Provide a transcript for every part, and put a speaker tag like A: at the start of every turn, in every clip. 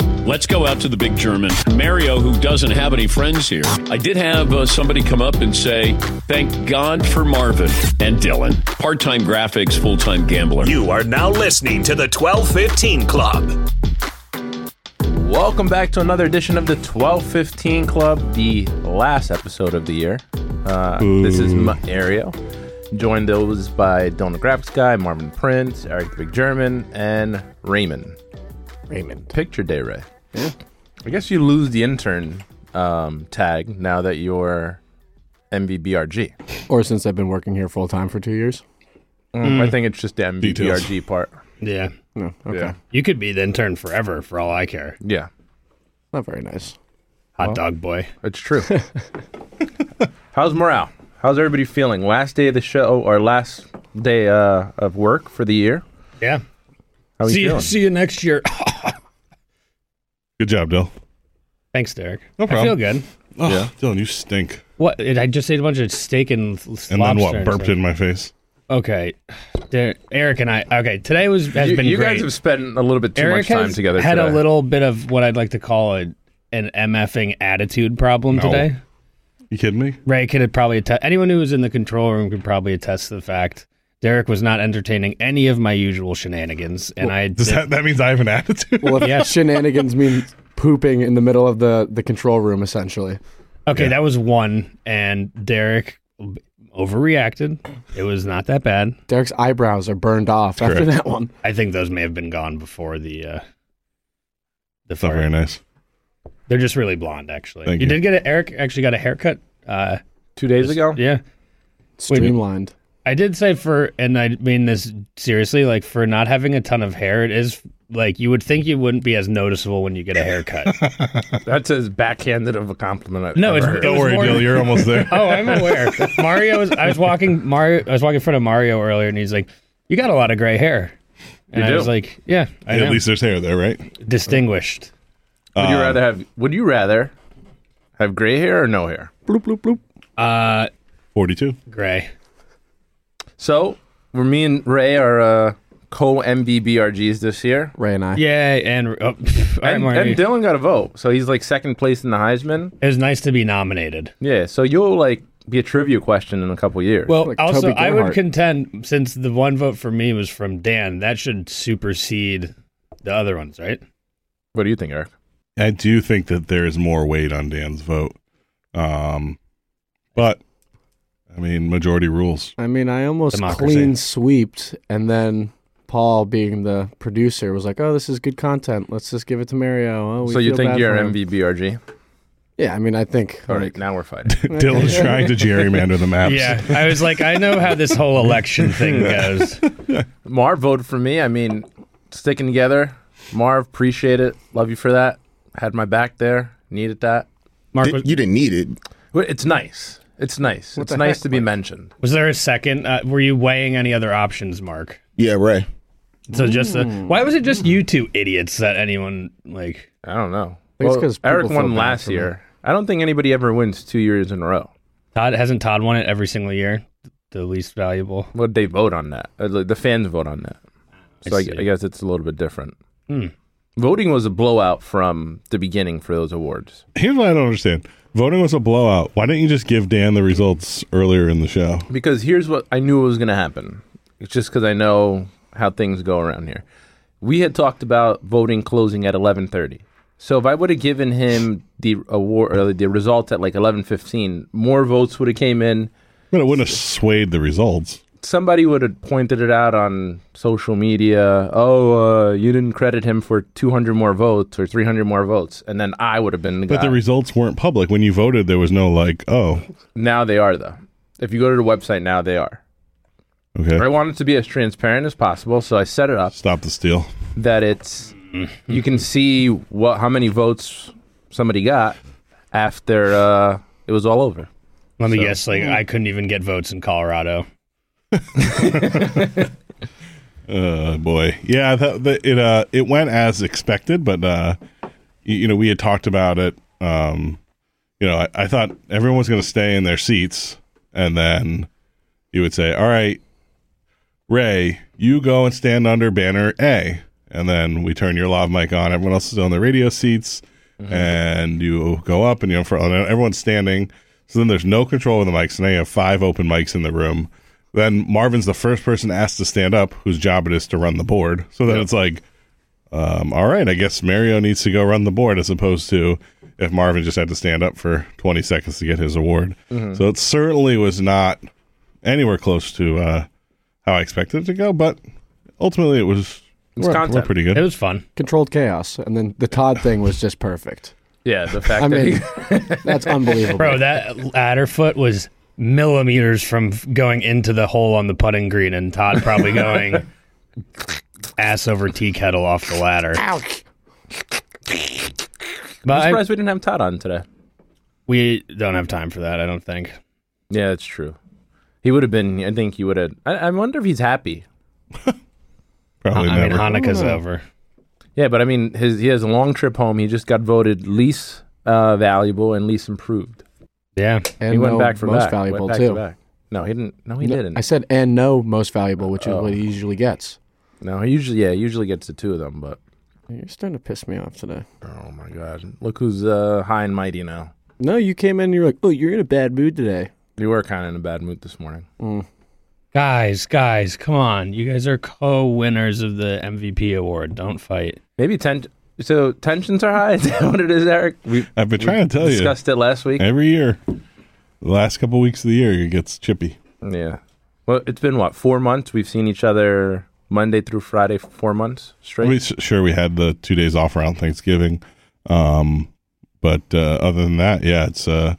A: Let's go out to the big German. Mario, who doesn't have any friends here, I did have uh, somebody come up and say, Thank God for Marvin and Dylan. Part time graphics, full time gambler.
B: You are now listening to the 1215 Club.
C: Welcome back to another edition of the 1215 Club, the last episode of the year. Uh, this is my Ariel. Joined those by Donut Graphics Guy, Marvin Prince, Eric the Big German, and Raymond.
D: Raymond.
C: Picture Day Ray. I guess you lose the intern um, tag now that you're MVBRG.
D: Or since I've been working here full time for two years.
C: I think it's just the MVBRG part.
E: Yeah.
D: No, okay.
C: Yeah.
E: You could be the intern forever for all I care.
C: Yeah,
D: Not very nice.
E: Hot dog boy.
C: it's true. How's morale? How's everybody feeling? Last day of the show or last day uh, of work for the year?
E: Yeah.
C: How are
E: See
C: you
E: you,
C: feeling?
E: see you next year.
F: Good job, Dell.
E: Thanks, Derek.
F: No
E: I feel
F: problem.
E: good.
F: Oh,
C: Yeah.
F: Dylan, you stink.
E: What? I just ate a bunch of steak and l- lobster.
F: And then what?
E: and
F: Burped
E: stuff.
F: in my face.
E: Okay. Der- Eric and I. Okay. Today was has
C: you,
E: been
C: you
E: great.
C: guys have spent a little bit too
E: Eric
C: much time
E: has
C: together.
E: Had
C: today.
E: a little bit of what I'd like to call a, an mffing attitude problem
F: No.
E: today.
F: You kidding me?
E: Ray could probably attest. Anyone who was in the control room could probably attest to the fact Derek was not entertaining any of my usual shenanigans, and I
F: Does
E: did-
F: that that means I have an attitude?
D: Well, if shenanigans mean pooping in the middle of the, the control room, essentially.
E: Okay, that was one, and Derek overreacted. It was not that bad.
D: Derek's eyebrows are burned off after
F: Correct.
D: that one.
E: I think those may have been gone before the uh the
F: That's not
E: fire.
F: very nice.
E: They're just really blonde, actually.
F: Thank
E: you,
F: you.
E: did get a, Eric actually got a haircut. Uh,
C: two days ago.
E: yeah,
D: Streamlined.
E: I did say for, and I mean this seriously, like for not having a ton of hair, it is like you would think you wouldn't be as noticeable when you get a haircut.
C: That's as backhanded of a compliment. I've
E: No,
C: ever
E: it's-
C: heard.
E: it
F: Don't
E: was
F: worry,
E: more-
F: Dylan. You're almost there.
E: Oh, I'm aware. Mario was. I was walking Mario. I was walking in front of Mario earlier, and he's like, "You got a lot of gray hair." And
C: You
E: I
C: do.
E: was like, "Yeah, I
F: At
E: am.
F: least there's hair there, right?
E: distinguished."
C: Would you
E: Um,
C: rather have? Would you rather have gray hair or no hair?
D: Bloop, bloop, bloop.
E: Uh,
F: Forty-two.
E: gray.
C: So, where me and Ray are uh, co MVBRGs this year,
D: Ray and I.
E: Yay! And oh, all right,
C: and,
E: Mario.
C: and Dylan got a vote, so he's like second place in the Heisman.
E: it was nice to be nominated.
C: Yeah, so you'll like be a trivia question in a couple years.
E: Well,
D: Like
E: also,
D: Toby
E: I would
D: Gerhardt.
E: contend since the one vote for me was from Dan, that should supersede the other ones, right?
C: what do you think, Eric?
F: I do think that there is more weight on Dan's vote, um, but I mean, majority rules.
D: I mean, I almost
E: Democracy.
D: clean sweeped, and then Paul, being the producer, was like, "Oh, this is good content. Let's just give it to Mario." Oh, we
C: so you
D: feel
C: think
D: bad
C: you're
D: for him."
C: MVBRG?
D: Yeah, I mean, I think.
C: All
D: like,
C: right, now we're fighting.
F: Dylan's trying to gerrymander the maps.
E: Yeah, I was like, I know how this whole election thing goes.
C: Marv voted for me. I mean, sticking together. Marv, appreciate it. Love you for that. Had my back there. Needed that.
E: Mark, was,
G: Did- you didn't need it.
C: Well, It's nice. It's nice. it's
D: the
C: nice
D: heck,
C: to be mentioned.
E: was there a second? Uh, were you weighing any other options, Mark?
G: Yeah, Ray.
E: So just the, why was it just you two idiots that anyone like?
C: I don't know.
D: think it's
C: Well,
D: 'cause people
C: Eric
D: feel
C: won
D: bad
C: last
D: for me.
C: year. I don't think anybody ever wins two years in a row.
E: Todd hasn't Todd won it every single year? The least valuable.
C: Well, they vote on that. Uh, The the fans vote on that. So I,
E: see.
C: I guess it's a little bit different. Voting was a blowout from the beginning for those awards.
F: Here's what I don't understand: voting was a blowout. Why didn't you just give Dan the results earlier in the show?
C: Because here's what I knew was going to happen. It's just because I know how things go around here. We had talked about voting closing at 11:30. So if I would have given him the award or the results at like 11:15, more votes would have came in.
F: But it wouldn't have swayed the results.
C: somebody would have pointed it out on social media. Oh, uh, you didn't credit him for 200 more votes or 300 more votes, and then I would have been the
F: But
C: guy.
F: the results weren't public. When you voted, there was no like, oh,
C: now they are though. If you go to the website now, they are.
F: okay,
C: I want it to be as transparent as possible, so I set it up
F: stop the steal.
C: that it's you can see what how many votes somebody got after uh, it was all over.
E: Let me guess. Like I couldn't even get votes in Colorado.
F: Uh, boy, yeah, that, that, it uh, it went as expected, but uh, y- you, know, we had talked about it. Um, you know, I, I thought everyone was going to stay in their seats, and then you would say, "All right, Ray, you go and stand under banner A," and then we turn your lav mic on. Everyone else is on their radio seats, and you go up, and you're in front. And everyone's standing. So then there's no control of the mics, and now you have five open mics in the room. Then Marvin's the first person asked to stand up, whose job it is to run the board. So then it's like, um, all right, I guess Mario needs to go run the board, as opposed to if Marvin just had to stand up for 20 seconds to get his award. So it certainly was not anywhere close to uh, how I expected it to go, but ultimately it was
C: It's
F: we're,
C: content.
F: we're pretty good.
E: It was fun.
D: Controlled chaos, and then the Todd thing was just perfect.
C: Yeah, the fact
D: I
C: that
D: mean,
C: he,
D: that's unbelievable.
E: Bro, that ladder foot was millimeters from f- going into the hole on the putting green, and Todd probably going ass over tea kettle off the ladder.
C: I'm
E: But I-
C: surprised we didn't have Todd on today.
E: we don't have time for that, I don't think.
C: Yeah, that's true. He would have been. I think he would have. I, I wonder if he's happy.
F: Probably
E: I mean,
F: never.
E: Hanukkah's over.
C: Yeah, but I mean, his he has a long trip home. He just got voted least uh, valuable and least improved.
E: Yeah.
D: and
C: he went
D: no
C: back for
D: most
C: back. Went
D: valuable
C: back to
D: too.
C: back. No, he didn't. No, he
D: No,
C: didn't.
D: I said and no most valuable, which is what he usually gets.
C: no, he usually yeah, he usually gets the two of them. But
D: You're starting to piss me off today.
C: oh my god, look who's uh, high and mighty now.
D: No, you came in and you're like, oh, you're in a bad mood today.
C: You were kind of in a bad mood this morning.
E: Guys, guys, come on. You guys are co winners of the MVP award. Don't fight.
C: Maybe ten. So tensions are high. Is that what it is, Eric? We
F: I've been trying to tell you
C: discussed it last week.
F: every year, the last couple weeks of the year, it gets chippy.
C: Yeah. Well, it's been what four months. We've seen each other Monday through Friday, for four months straight.
F: I mean, s- sure, we had the two days off around Thanksgiving, um, but uh, other than that, yeah, it's uh,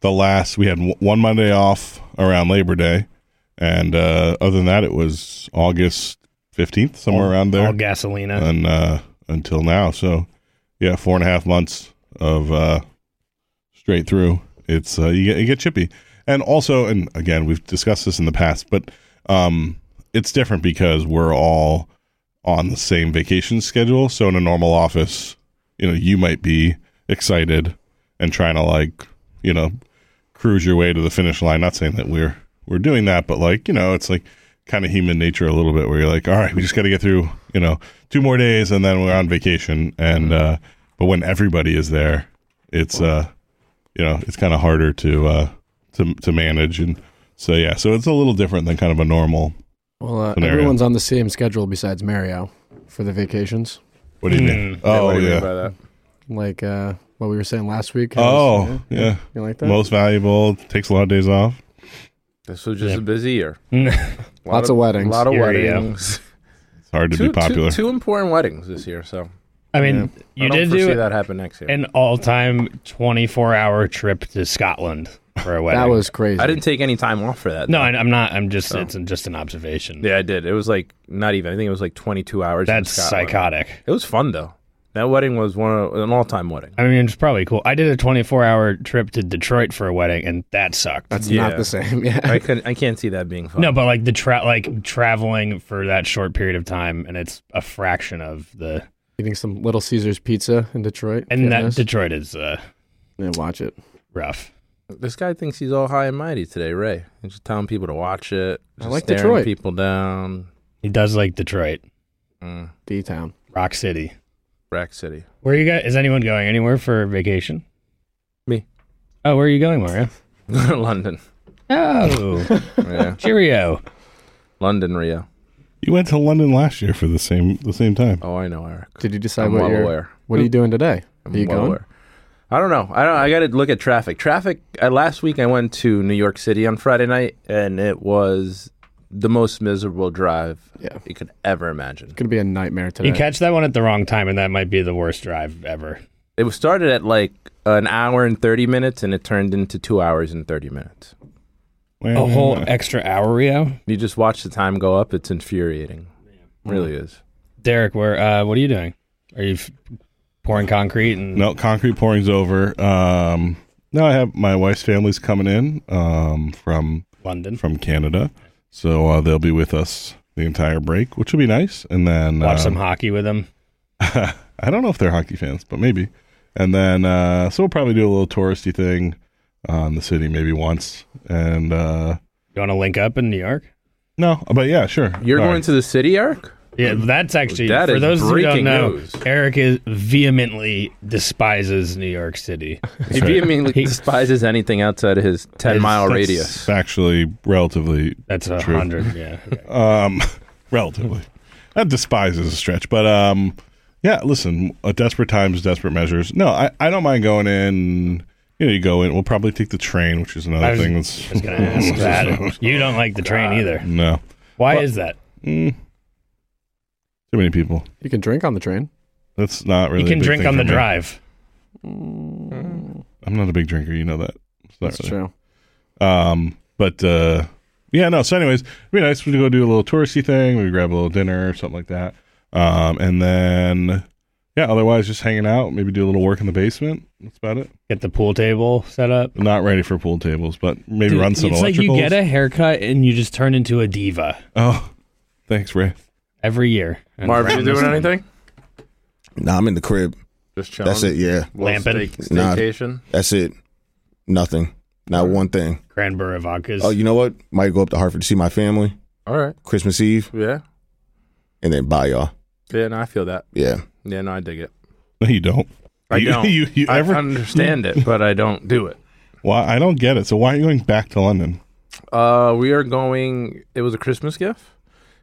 F: the last. We had w- one Monday off around Labor Day, and uh, other than that, it was August fifteenth, somewhere around there,
E: All gasolina.
F: and uh, until now. So, yeah, four and a half months of uh, straight through. It's uh, you, get, you get chippy, and also, and again, we've discussed this in the past, but um, it's different because we're all on the same vacation schedule. So, in a normal office, you know, you might be excited and trying to like, you know, cruise your way to the finish line. Not saying that we're we're doing that, but like you know, it's like kind of human nature a little bit, where you're like, all right, we just got to get through you know two more days, and then we're on vacation. And
C: Mm-hmm.
F: uh, but when everybody is there, it's uh, you know, it's kind of harder to uh, to to manage. And so yeah, so it's a little different than kind of a normal.
D: Well, uh,
F: Scenario.
D: everyone's on the same schedule besides Mario for the vacations.
F: What do you mean?
C: Mm-hmm. What
F: Oh
C: do you mean
F: yeah.
C: by that?
D: Like uh, what we were saying last week. how it's-
F: Oh
D: yeah.
F: yeah.
D: You like that?
F: Most valuable takes a lot of days off.
C: This was just a busy year. Lot
D: Lots of weddings.
C: A lot of
E: Here we go.
C: weddings.
F: It's hard to
C: two,
F: be popular.
C: Two, two important weddings this year. So
E: I mean,
C: I
E: you
C: don't
E: did
C: foresee
E: do
C: that happen next year.
E: an all time 24 hour trip to Scotland for a wedding.
D: that was crazy.
C: I didn't take any time off for that.
E: No,
C: though.
E: I- I'm not. I'm just. It's just an observation.
C: Oh. yeah, I did. It was like not even. I think it was like 22 hours. in
E: That's
C: Scotland.
E: psychotic.
C: It was fun though. That wedding was one of an all-time wedding.
E: I mean, it's probably cool. I did a 24 hour trip to Detroit for a wedding, and that sucked.
D: That's
C: Yeah.
D: not the same. Yeah.
C: I can I can't see that being fun.
E: no, but like the tra- like traveling for that short period of time, and it's a fraction of the.
D: Eating some Little Caesars pizza in Detroit.
E: And that
D: Fitness.
E: Detroit is uh,
D: Yeah, watch it.
E: rough.
C: This guy thinks he's all high and mighty today, Ray. He's just telling people to watch it. Just
D: like
C: staring
D: Detroit.
C: people down.
E: He does like Detroit,
D: D Town.
E: Rock City.
C: Rack City.
E: Where you guys? Is anyone going anywhere for vacation?
C: Me.
E: Oh, where are you going, Mario?
C: London.
E: Oh,
C: Yeah.
E: cheerio.
C: London, Rio.
F: you went to London last year for the same the same time.
C: Oh, I know, Eric.
D: Did you decide
C: I'm
D: what
C: well
D: you're?
C: aware.
D: What are you doing today?
C: I'm
D: are you
C: well
D: going?
C: aware. I don't know. I don't. I got to look at traffic. Traffic. Uh, last week, I went to New York City on Friday night, and it was the most miserable drive
D: Yeah.
C: you could ever imagine.
D: It's gonna be a nightmare today.
E: You catch that one at the wrong time, and that might be the worst drive ever.
C: It was started at like an hour and thirty minutes, and it turned into two hours and thirty minutes.
F: Well,
C: Mm-hmm.
E: A whole extra hour, Rio.
C: You just watch the time go up. It's infuriating. Really
D: Hmm.
C: is.
E: Derek, where? Uh, what are you doing? Are you f- pouring concrete and
F: No, concrete pouring's over. Um, now I have my wife's family's coming in um, from
E: London?
F: from Canada, so uh, they'll be with us the entire break, which will be nice. And then
E: Watch some
F: um,
E: hockey with them.
F: I don't know if they're hockey fans, but maybe. And then uh, so we'll probably do a little touristy thing on the city, maybe once. And uh,
E: You want to link up in New York?
F: no, but yeah, sure.
C: You're
F: All
C: going
F: right.
C: to the city, Eric?
E: Yeah, that's actually
C: That
E: for
C: is
E: those who don't
C: breaking
E: know,
C: news.
E: Eric is vehemently despises New York City.
C: He vehemently despises anything outside of his 10 mile
F: That's
C: radius.
F: actually relatively
E: That's a
F: True.
E: hundred. Yeah.
F: um relatively that despises a stretch but um yeah listen uh desperate times desperate measures no i i don't mind going in you know you go in we'll probably take the train which is another
E: I was-
F: thing that's
E: I was gonna ask that. You don't like the train either.
F: no
E: Why
F: Well-
E: is that?
F: Mm. too many people
D: You can drink on the train.
F: that's not really
E: You
F: a
E: can
F: big
E: drink
F: thing
E: on
F: for
E: the
F: me.
E: drive.
F: i'm not a big drinker you know that It's not
D: That's
F: really-
D: true.
F: Um, but uh, yeah, no. So, anyways, it'd be nice to go do a little touristy thing. We grab a little dinner or something like that. Um, and then yeah, otherwise just hanging out. Maybe do a little work in the basement. That's about it.
E: Get the pool table set up.
F: Not ready for pool tables, but maybe
E: Dude,
F: run some
E: it's
F: electricals.
E: like you get a haircut and you just turn into a diva
F: oh, thanks, Ray.
E: every year. And
C: Marvin, you doing anything?
G: Nah, I'm in the crib.
C: Just chilling.
G: That's it. Yeah,
C: Little
E: Lamping.
C: stay-
G: Nah.
C: Staycation.
G: that's it. Nothing. Not one thing.
E: Cranberry vodkas.
G: Oh, you know what? Might go up to Hartford to see my family
C: All right.
G: Christmas Eve,
C: Yeah.
G: and then bye y'all.
C: Yeah, no, I feel that.
G: Yeah,
C: Yeah, no, I dig it.
F: No, you don't.
C: I
F: you,
C: don't.
F: You, you
C: I
F: ever?
C: understand it, but I don't do it.
F: why? I don't get it. So why are you going back to London?
C: Uh, we are going. It was a Christmas gift,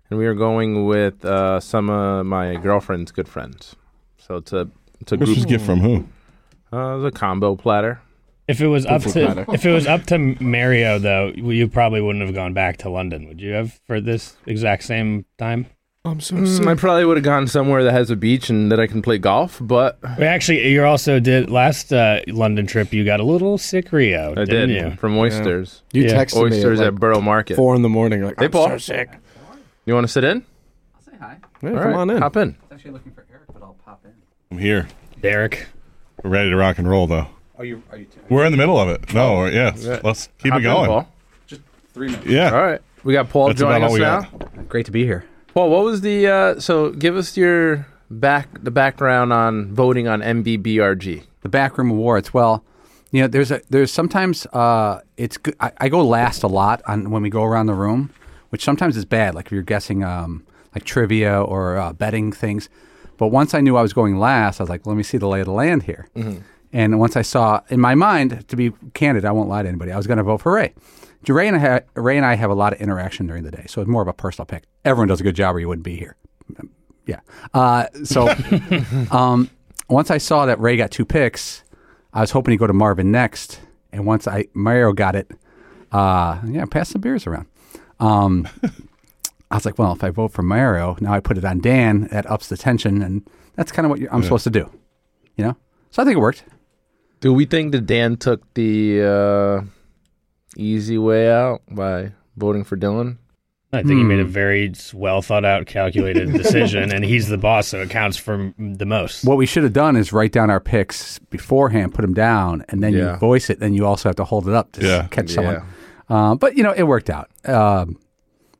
C: and we are going with uh, some of my girlfriend's good friends. So it's a it's a
F: Christmas
C: group.
F: gift from who?
C: Uh, it's a combo platter.
E: if it was up to
D: platter.
E: if it was up to Mario though, you probably wouldn't have gone back to London, would you have for this exact same time?
D: I'm so
C: Mm, I probably would have gone somewhere that has a beach and that I can play golf, but
E: We actually, you also did last uh, London trip. You got a little sick Rio,
C: I
E: didn't
C: did
E: you?
C: from oysters.
D: You
E: Yeah.
D: texted
C: Oysters
D: me
C: at
D: at like
C: Borough Market.
D: four in the morning. You're like,
C: Hey,
D: I'm
C: Paul.
D: so sick. Yeah,
C: You want to sit in?
H: Say hi.
D: come
C: All right,
D: on in.
C: Hop in.
H: I was actually looking for Eric, but I'll pop in.
F: I'm here.
E: Derek.
F: We're ready to rock and roll, though.
H: Are you? Are you? Two?
F: We're in the middle of it.
C: Oh,
F: No, yeah. Let's keep
C: Hop
F: it
C: in,
F: going.
C: Paul.
H: Just three minutes.
F: Yeah.
C: All right, we got Paul
F: That's
C: joining
F: about
C: us
F: all we
C: now.
F: got.
H: Great to be here.
C: Paul, what was the uh, so? Give us your back the background on voting on MBBRG.
H: The backroom awards. Well, you know, there's a there's sometimes uh, it's good. I, I go last a lot on when we go around the room, which sometimes is bad. Like if you're guessing um, like trivia or uh, betting things. But once I knew I was going last, I was like, let me see the lay of the land here. And once I saw in my mind, to be candid, I won't lie to anybody. I was going to vote for Ray. Ray and I ha- Ray and I have a lot of interaction during the day, so it's more of a personal pick. Everyone does a good job, or you wouldn't be here. Yeah. Uh, so um, once I saw that Ray got two picks, I was hoping to go to Marvin next. And once I Mario got it, uh, yeah, pass some beers around. Um, I was like, well, if I vote for Mario, now I put it on Dan. That ups the tension, and that's kind of what you're, I'm supposed to do, you know. So I think it worked.
C: Do we think that Dan took the uh, easy way out by voting for Dylan?
E: I think he made a very well thought out, calculated decision, and he's the boss, so it counts for m- the most.
H: What we should have done is write down our picks beforehand, put them down, and then
C: Yeah.
H: you voice it. Then you also have to hold it up to s-
F: Yeah.
H: catch someone. Uh, but you know, it worked out. Um,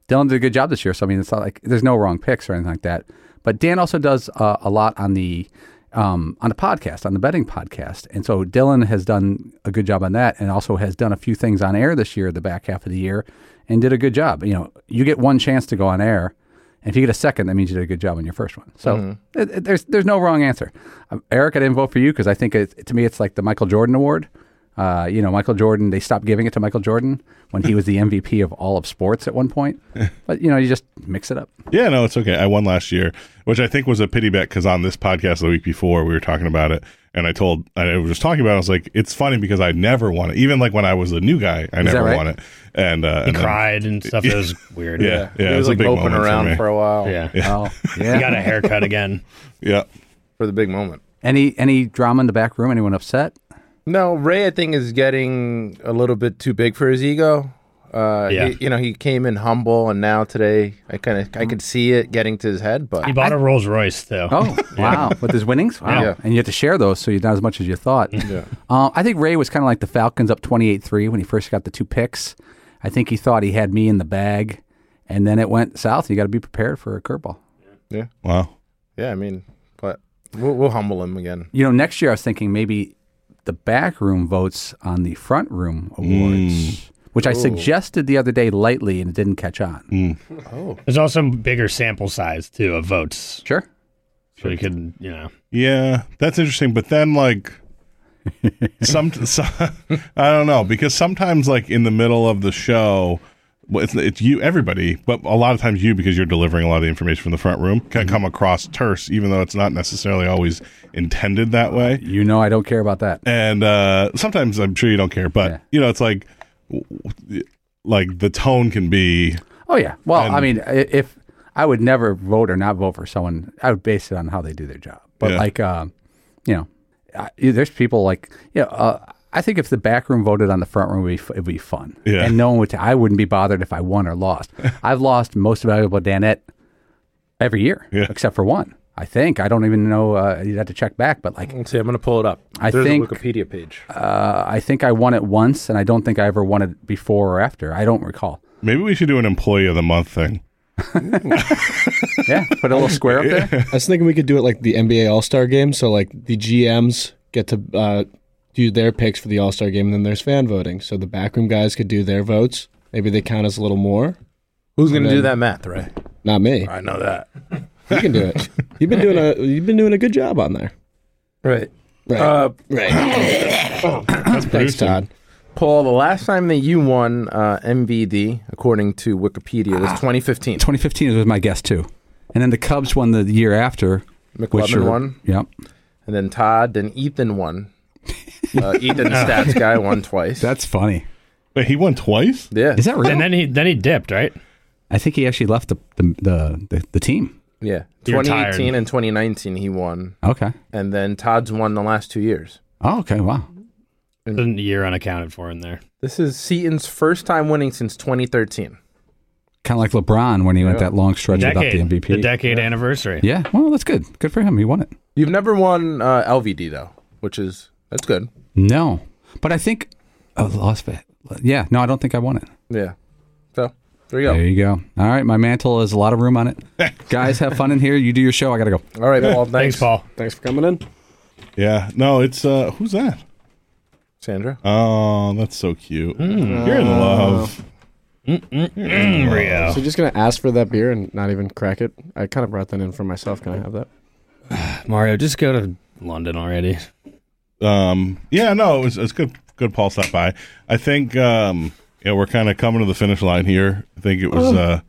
H: Dylan did a good job this year, so I mean, it's not like there's no wrong picks or anything like that. But Dan also does uh, a lot on the um, on the podcast, on the betting podcast, and so Dylan has done a good job on that, and also has done a few things on air this year, the back half of the year, and did a good job. You know, you get one chance to go on air. and If you get a second, that means you did a good job on your first one. So it, it- there's there's no wrong answer. Um, Eric, I didn't vote for you because I think it, to me it's like the Michael Jordan award. Uh, you know, Michael Jordan, they stopped giving it to Michael Jordan when he was the MVP of all of sports at one point. But, you know, you just mix it up.
F: Yeah, no, it's okay. I won last year, which I think was a pity bet because on this podcast the week before we were talking about it, and I told I was just talking about. It, I was like, it's funny because I never won it. Even like when I was a new guy, I never
H: right?
F: won it. And uh,
E: He
F: and then-
E: cried and stuff. It was weird.
F: yeah, yeah,
C: it was,
F: a
C: like
F: big
C: moping
F: moment
C: around for,
F: for me.
C: a while
E: yeah.
H: Oh,
E: He
H: yeah.
E: got a haircut again.
F: yeah.
C: for the big moment.
H: Any any drama in the back room? Anyone upset?
C: No, Ray, I think is getting a little bit too big for his ego. Uh,
E: Yeah.
C: he- you know, he came in humble, and now today, I kind of I could see it getting to his head, but
E: He bought a Rolls Royce though.
H: Oh, wow. With his winnings? Wow.
C: Yeah.
H: And you have to share those, so you're not as much as you thought. Yeah. Um, I think Ray was kind of like the Falcons up 28 3 when he first got the two picks. I think he thought he had me in the bag, and then it went south. You got to be prepared for a curveball.
F: Wow.
C: yeah, I mean, but we'll, we'll humble him again.
H: You know, next year I was thinking maybe the back room votes on the front room awards which I suggested the other day lightly and it didn't catch on.
E: There's also bigger sample size too of votes,
H: Sure.
E: so you could you know.
F: Yeah, that's interesting. But then, like, some, some I don't know because sometimes, like, in the middle of the show, well, it's, it's you, everybody, but a lot of times you, because you're delivering a lot of the information from the front room, can come across terse, even though it's not necessarily always intended that way
H: You know I don't care about that.
F: and uh, sometimes I'm sure you don't care, but
H: Yeah.
F: you know, it's like, w- w- like the tone can be
H: Oh yeah. Well, I mean, i- if I would never vote or not vote for someone, I would base it on how they do their job. But
F: Yeah.
H: like, um, you know, I, there's people like, you know, uh, I think if the back room voted on the front room, it would be, f- it'd be fun.
F: Yeah.
H: And no one would. I I wouldn't be bothered if I won or lost. I've lost most valuable Danette every year,
F: Yeah.
H: except for one. I think I don't even know. Uh, you'd have to check back, but
F: Mm.
H: like,
C: Let's see. I'm gonna pull it up.
H: I
C: There's
H: think-
C: a Wikipedia page.
H: uh, I think I won it once, and I don't think I ever won it before or after. I don't recall.
F: maybe we should do an employee of the month thing.
H: Yeah, put a little square up there.
D: I was thinking we could do it like the NBA All Star Game. So like the GMs get to uh, do their picks for the All Star Game, and then there's fan voting. So the backroom guys could do their votes. Maybe they count as a little more.
C: Who's gonna
D: then-
C: do that math, right?
D: Not me.
C: I know that.
D: You can do it. You've been doing a you've been doing a good job on there.
C: Right.
D: Right.
C: Uh,
D: right. Thanks,
F: Producing.
D: Todd.
C: Paul, the last time that you won uh, MVD, according to Wikipedia,
H: Ah.
C: was 2015.
H: 2015 was my guess too, and then the Cubs won the year after.
C: McLovin
H: are-
C: won,
H: Yep.
C: and then Todd, then Ethan won. Uh, Ethan, the stats guy, won twice.
H: That's funny.
F: Wait, he won twice.
C: yeah.
H: Is that real?
E: And then he then he dipped right.
H: I think he actually left the the the, the, the team.
C: yeah.
E: You're
C: 2018
E: tired.
C: and 2019 he won,
H: Okay.
C: and then Todd's won the last two years.
H: Oh, okay. Wow.
E: There's a year unaccounted for in there.
C: This is Seaton's first time winning since 2013.
H: Kind of like LeBron when he went that long stretch
E: Decade,
H: without the
E: the,
H: MVP.
E: decade anniversary.
H: yeah. Well, that's good. Good for him. He won it.
C: You've never won uh, LVD though, which is that's good.
H: No, but I think oh, Las Vegas. Yeah. No, I don't think I won it.
C: Yeah. So there you go.
H: There you go. All right. My mantle has a lot of room on it. Guys, have fun in here. You do your show. I gotta go.
C: All right, Paul.
E: Thanks, Paul.
D: Thanks for coming in.
F: Yeah, no, it's uh, who's that?
C: Sandra.
F: Oh, that's so cute. You're in love.
E: Mm, Rio.
D: So you're just gonna ask for that beer and not even crack it? I kind of brought that in for myself. Can I have that?
E: Mario, just go to London already.
F: Um, yeah, no, it's it's good. Good Paul stopped by. I think um, yeah, we're kind of coming to the finish line here. I think it was uh,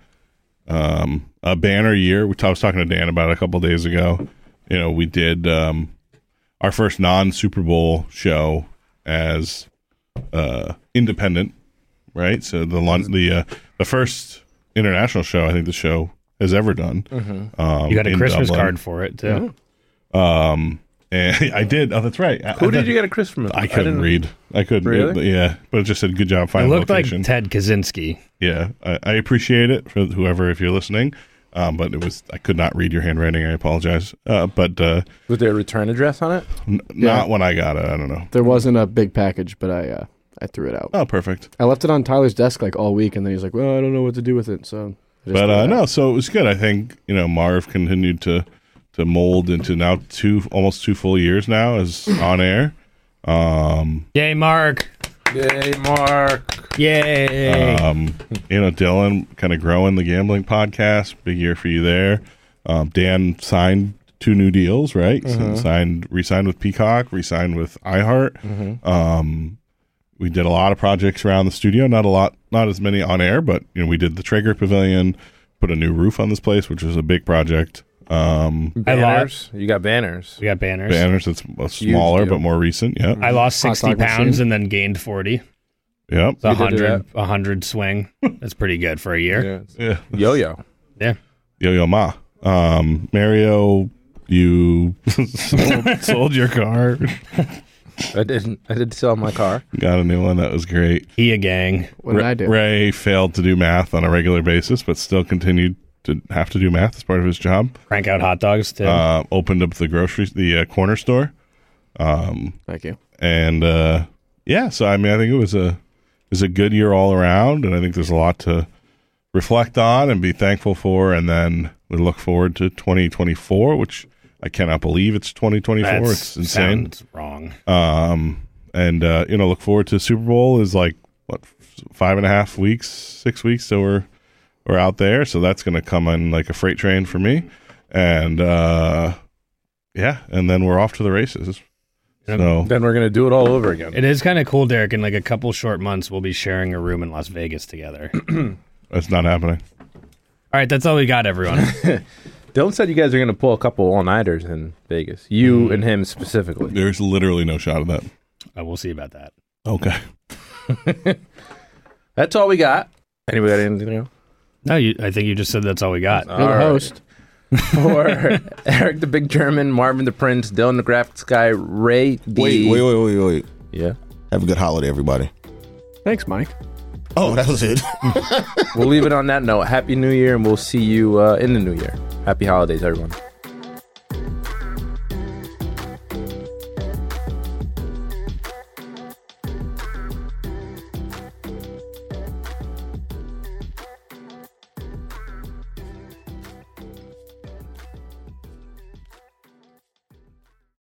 F: um, a banner year. We I was talking to Dan about it a couple days ago. You know, we did um, our first non Super Bowl show as uh, independent, right? So the lon- the uh, the first international show I think the show has ever done. Um,
E: You got a
F: in
E: Christmas
F: Dublin.
E: card for it too.
F: Um, and I did. Oh, that's right. I-
C: Who
F: I
C: did you get a Christmas?
F: I couldn't
C: didn't-
F: read. I couldn't.
C: Really?
F: it- yeah, but it just said good job
E: It
F: finding
E: looked
F: location.
E: like Ted Kaczynski.
F: yeah, I, I appreciate it for whoever if you're listening. Um, but it was I could not read your handwriting. I apologize. Uh, but uh,
C: Was there a return address on it?
F: n- not when I got it. I don't know.
D: There wasn't a big package, but I uh, I threw it out.
F: Oh, perfect.
D: I left it on Tyler's desk like all week, and then he's like, "Well, I don't know what to do with it." So, I just
F: But
D: threw it
F: uh,
D: out.
F: no, so it was good. I think you know Marv continued to to mold into now two almost two full years now as on air. Um,
E: Yay, Mark.
C: Yay, Mark.
E: Yay.
F: Um, you know, Dylan kind of growing the gambling podcast. Big year for you there. Um, Dan signed two new deals, right? So signed, re-signed with Peacock, re-signed with iHeart. Um, we did a lot of projects around the studio. Not a lot, not as many on air, but you know, we did the Traeger Pavilion, put a new roof on this place, which was a big project. Um,
E: I
C: Banners.
E: lost.
C: You got banners.
E: We got banners.
F: banners, it's a smaller
C: deal.
F: but more recent. Yeah,
E: I lost
D: Hot
E: 60
D: dog machine.
E: pounds and then gained 40.
F: yep.
E: It's a
C: did do
E: 100, a 100 swing. That's pretty good for a year.
C: Yeah.
F: Yeah.
C: Yo-yo.
E: Yeah.
F: Yo Yo Ma. Um, Mario, you sold, sold your car,
C: I didn't. I did sell my car.
F: got a new one. That was great.
E: He a gang.
D: what did I do?
F: Ray failed to do math on a regular basis, but still continued to have to do math as part of his job.
E: Crank out hot dogs too.
F: Uh, opened up the grocery, the uh, corner store,
D: Thank you.
F: and uh, yeah. So I mean, I think it was a it was a good year all around, and I think there's a lot to reflect on and be thankful for, and then we look forward to 2024, which. I cannot believe it's 2024.
E: That's
F: it's insane.
E: Sounds wrong.
F: Um, and uh, you know, look forward to Super Bowl is like what f- five and a half weeks, six weeks. So we're we're out there. So that's going to come in like a freight train for me, and uh, yeah, and then we're off to the races.
E: Yep.
F: So
C: Then we're gonna do it all over again.
E: It is kind of cool, Derek. In like a couple short months, we'll be sharing a room in Las Vegas together. all
F: that's not happening.
E: right, that's all we got, everyone. Uh,
C: Dylan said you guys are gonna pull a couple all nighters in Vegas. You and him specifically.
F: There's literally no shot of that.
E: I will see about that.
F: Okay.
C: That's all we got. Anybody got anything else?
E: No, you, I think you just said that's all we got.
D: You're the
C: All right.
D: host.
C: For Eric the Big German, Marvin the Prince, Dylan the Graphics Guy, Ray D.
G: Wait, wait, wait, wait, wait.
C: Yeah.
G: Have a good holiday, everybody.
D: Thanks, Mike.
G: Oh, that was it.
C: We'll leave it on that note. Happy New Year, and we'll see you uh, in the new year. Happy holidays, everyone.